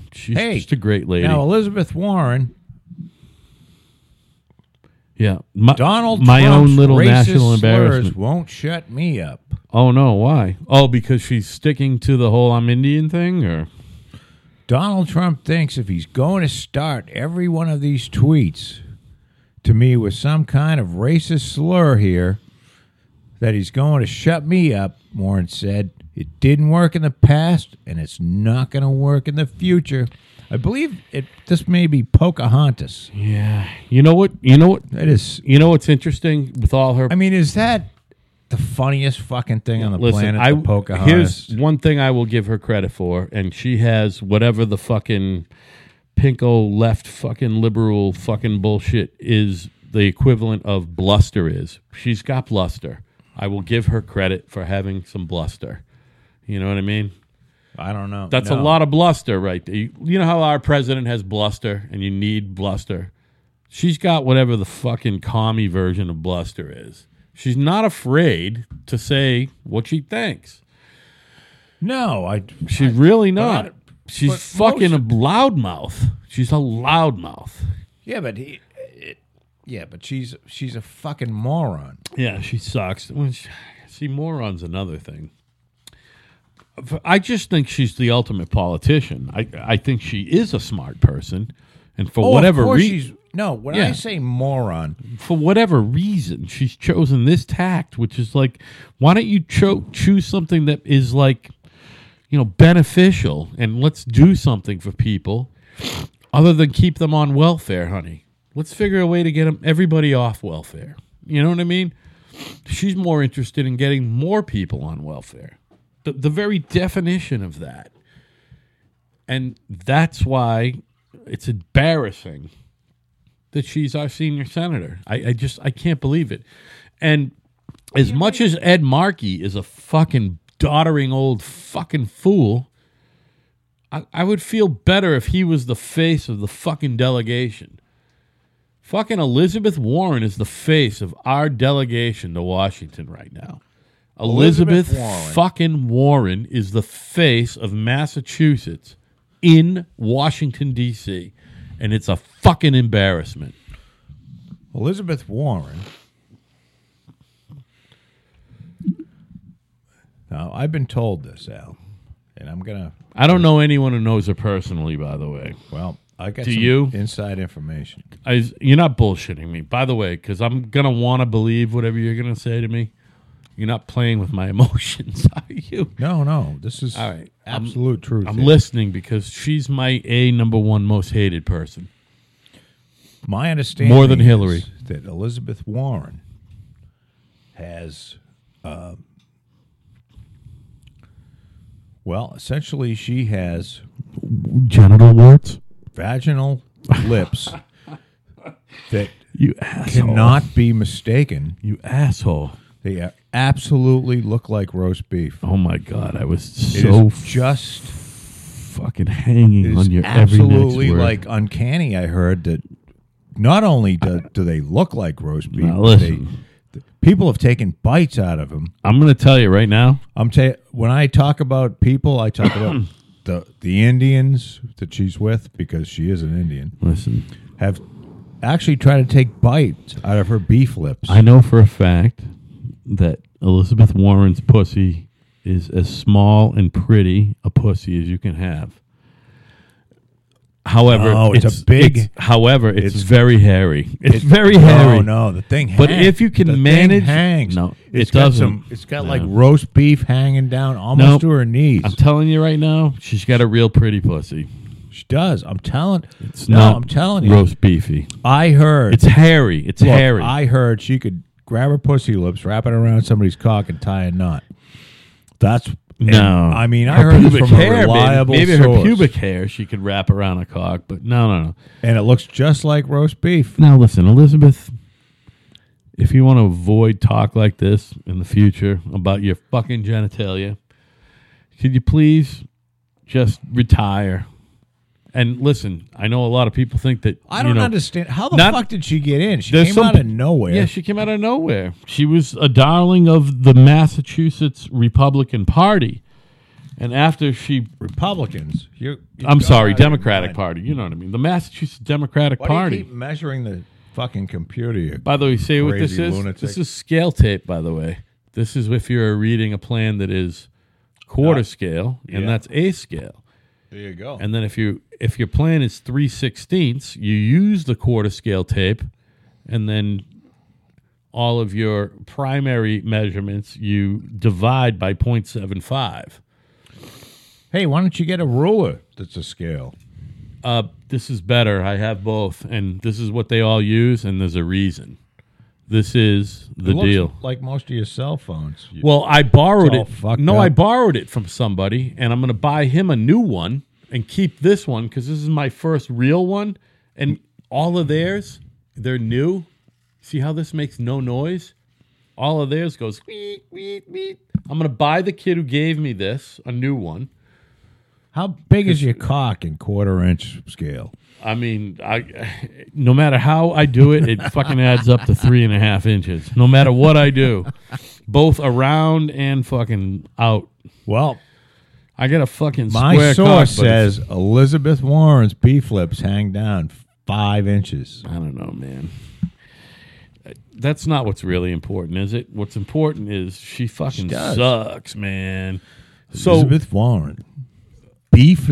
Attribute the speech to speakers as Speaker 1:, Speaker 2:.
Speaker 1: She's
Speaker 2: Hey,
Speaker 1: just a great lady.
Speaker 2: Now Elizabeth Warren,
Speaker 1: yeah, my,
Speaker 2: Donald
Speaker 1: my
Speaker 2: Trump's
Speaker 1: own little
Speaker 2: racist
Speaker 1: national
Speaker 2: slurs
Speaker 1: embarrassment.
Speaker 2: won't shut me up.
Speaker 1: Oh no, why? Oh, because she's sticking to the whole I'm Indian thing, or
Speaker 2: Donald Trump thinks if he's going to start every one of these tweets to me with some kind of racist slur here, that he's going to shut me up, Warren said. It didn't work in the past, and it's not going to work in the future. I believe it. This may be Pocahontas.
Speaker 1: yeah, you know what? You know what?
Speaker 2: That is.
Speaker 1: You know what's interesting with all her.
Speaker 2: I mean, is that the funniest fucking thing on the
Speaker 1: listen,
Speaker 2: planet?
Speaker 1: I
Speaker 2: the Pocahontas.
Speaker 1: here's one thing I will give her credit for, and she has whatever the fucking pinko left fucking liberal fucking bullshit is the equivalent of bluster is. She's got bluster. I will give her credit for having some bluster. You know what I mean?
Speaker 2: I don't know.
Speaker 1: That's a
Speaker 2: No.
Speaker 1: lot of bluster right there. You, you know how our president has bluster and you need bluster? She's got whatever the fucking commie version of bluster is. She's not afraid to say what she thinks.
Speaker 2: No, I.
Speaker 1: She's really not.
Speaker 2: I-
Speaker 1: She's
Speaker 2: but
Speaker 1: fucking
Speaker 2: most-
Speaker 1: a loudmouth. She's a loudmouth.
Speaker 2: Yeah, but he. It, yeah, but she's she's a fucking moron.
Speaker 1: Yeah, she sucks. When she- See, moron's another thing. F- I just think she's the ultimate politician. I, I think she is a smart person. And for
Speaker 2: Oh, of
Speaker 1: whatever
Speaker 2: course
Speaker 1: reason.
Speaker 2: she's no. When
Speaker 1: Yeah.
Speaker 2: I say moron,
Speaker 1: for whatever reason, she's chosen this tact, which is like, why don't you cho- choose something that is like, you know, beneficial and let's do something for people other than keep them on welfare, honey. Let's figure a way to get 'em- everybody off welfare. You know what I mean? She's more interested in getting more people on welfare. The, the very definition of that. And that's why it's embarrassing that she's our senior senator. I, I just I can't believe it. And as much as Ed Markey is a fucking doddering old fucking fool, I, I would feel better if he was the face of the fucking delegation. Fucking Elizabeth Warren is the face of our delegation to Washington right now. Elizabeth,
Speaker 2: Elizabeth Warren.
Speaker 1: fucking Warren is the face of Massachusetts in Washington D.C. and it's a fucking embarrassment.
Speaker 2: Elizabeth Warren. Now I've been told this, Al, and I'm gonna.
Speaker 1: I don't know anyone who knows her personally, by the way.
Speaker 2: Well, I got
Speaker 1: Do
Speaker 2: some
Speaker 1: you?
Speaker 2: inside information.
Speaker 1: I, you're not bullshitting me, by the way, because I'm gonna want to believe whatever you're gonna say to me. You're not playing with my emotions, are you?
Speaker 2: No, no, this is
Speaker 1: All right, I'm-
Speaker 2: absolute truth.
Speaker 1: I'm
Speaker 2: here.
Speaker 1: listening because she's my a number one most hated person.
Speaker 2: My understanding
Speaker 1: More than
Speaker 2: is
Speaker 1: Hillary.
Speaker 2: that Elizabeth Warren has, uh, well, essentially she has
Speaker 1: Genital warts,
Speaker 2: vaginal lips that
Speaker 1: you asshole!
Speaker 2: cannot be mistaken.
Speaker 1: you asshole!
Speaker 2: They a- absolutely look like roast beef.
Speaker 1: Oh my god, I was
Speaker 2: It is
Speaker 1: so
Speaker 2: just
Speaker 1: fucking hanging
Speaker 2: it is
Speaker 1: on your every
Speaker 2: absolutely
Speaker 1: next word.
Speaker 2: like uncanny. I heard that not only do, do they look like roast beef,
Speaker 1: Now
Speaker 2: but they,
Speaker 1: listen.
Speaker 2: the people have taken bites out of them.
Speaker 1: I'm gonna tell you right now.
Speaker 2: I'm ta- when I talk about people, I talk about the the Indians that she's with because she is an Indian
Speaker 1: Listen,
Speaker 2: have actually tried to take bites out of her beef lips.
Speaker 1: I know for a fact that Elizabeth Warren's pussy is as small and pretty a pussy as you can have. However,
Speaker 2: No, Oh, it's a big-
Speaker 1: it's- however, it's,
Speaker 2: it's-
Speaker 1: very hairy. It's,
Speaker 2: It-
Speaker 1: very
Speaker 2: no,
Speaker 1: hairy.
Speaker 2: no, the thing. Hangs.
Speaker 1: But if you can
Speaker 2: The thing
Speaker 1: manage-
Speaker 2: hangs.
Speaker 1: No,
Speaker 2: It's
Speaker 1: it
Speaker 2: got
Speaker 1: doesn't.
Speaker 2: Some, it's got like roast beef hanging down almost
Speaker 1: Nope.
Speaker 2: to her knees.
Speaker 1: I'm telling you right now, she's got a real pretty pussy.
Speaker 2: she does. I'm telling.
Speaker 1: It's
Speaker 2: no,
Speaker 1: not
Speaker 2: I'm telling you.
Speaker 1: roast beefy.
Speaker 2: I heard.
Speaker 1: It's hairy. It's
Speaker 2: look,
Speaker 1: hairy.
Speaker 2: I heard she could grab her pussy lips, wrap it around somebody's cock, and tie a knot. That's and,
Speaker 1: no,
Speaker 2: I mean, I
Speaker 1: Her
Speaker 2: heard this
Speaker 1: pubic
Speaker 2: from
Speaker 1: hair,
Speaker 2: a
Speaker 1: maybe-
Speaker 2: reliable
Speaker 1: Maybe, her
Speaker 2: source.
Speaker 1: pubic hair she could wrap around a cock, but no, no, no.
Speaker 2: and it looks just like roast beef.
Speaker 1: Now, listen, Elizabeth, if you want to avoid talk like this in the future about your fucking genitalia, could you please just retire? And listen, I know a lot of people think that
Speaker 2: I
Speaker 1: you
Speaker 2: don't
Speaker 1: know,
Speaker 2: understand how the
Speaker 1: not-
Speaker 2: fuck did she get in? She
Speaker 1: there's
Speaker 2: came
Speaker 1: some
Speaker 2: out of
Speaker 1: pe-
Speaker 2: nowhere.
Speaker 1: Yeah, she came out of nowhere. She was a darling of the Massachusetts Republican Party. And after she,
Speaker 2: Republicans. You, you
Speaker 1: I'm
Speaker 2: go
Speaker 1: sorry,
Speaker 2: out of your
Speaker 1: Democratic
Speaker 2: mind.
Speaker 1: Party. You know what I mean? The Massachusetts Democratic
Speaker 2: Why
Speaker 1: Party.
Speaker 2: do you keep measuring the fucking computer? You
Speaker 1: By the way, say what this
Speaker 2: Crazy
Speaker 1: is.
Speaker 2: lunatic.
Speaker 1: This is scale tape. By the way, this is if you're reading a plan that is quarter
Speaker 2: Uh,
Speaker 1: scale, and
Speaker 2: yeah.
Speaker 1: that's A scale.
Speaker 2: There you go.
Speaker 1: And then if you if your plan is three sixteenths, you use the quarter scale tape, and then all of your primary measurements you divide by 0.75.
Speaker 2: hey, why don't you get a ruler that's a scale?
Speaker 1: Uh, this is better. I have both, and this is what they all use, and there's a reason. This is the
Speaker 2: It looks
Speaker 1: deal.
Speaker 2: Like most of your cell phones. You-
Speaker 1: Well, I borrowed
Speaker 2: It's all
Speaker 1: it.
Speaker 2: fucked
Speaker 1: No, I
Speaker 2: up.
Speaker 1: borrowed it from somebody, and I'm going to buy him a new one and keep this one because this is my first real one. And all of theirs, they're new. See how this makes no noise? All of theirs goes. Beep, beep, beep. I'm going to buy the kid who gave me this a new one.
Speaker 2: How big is your cock in quarter inch scale?
Speaker 1: I mean, I no matter how I do it, it fucking adds up to three and a half inches. No matter what I do, both around and fucking out.
Speaker 2: Well,
Speaker 1: I got a fucking
Speaker 2: my
Speaker 1: square cock,
Speaker 2: source
Speaker 1: but it's-
Speaker 2: says Elizabeth Warren's B flips hang down five inches.
Speaker 1: I don't know, man. That's not what's really important, is it? What's important is she fucking
Speaker 2: does.
Speaker 1: sucks, man. So
Speaker 2: Elizabeth Warren. B flip.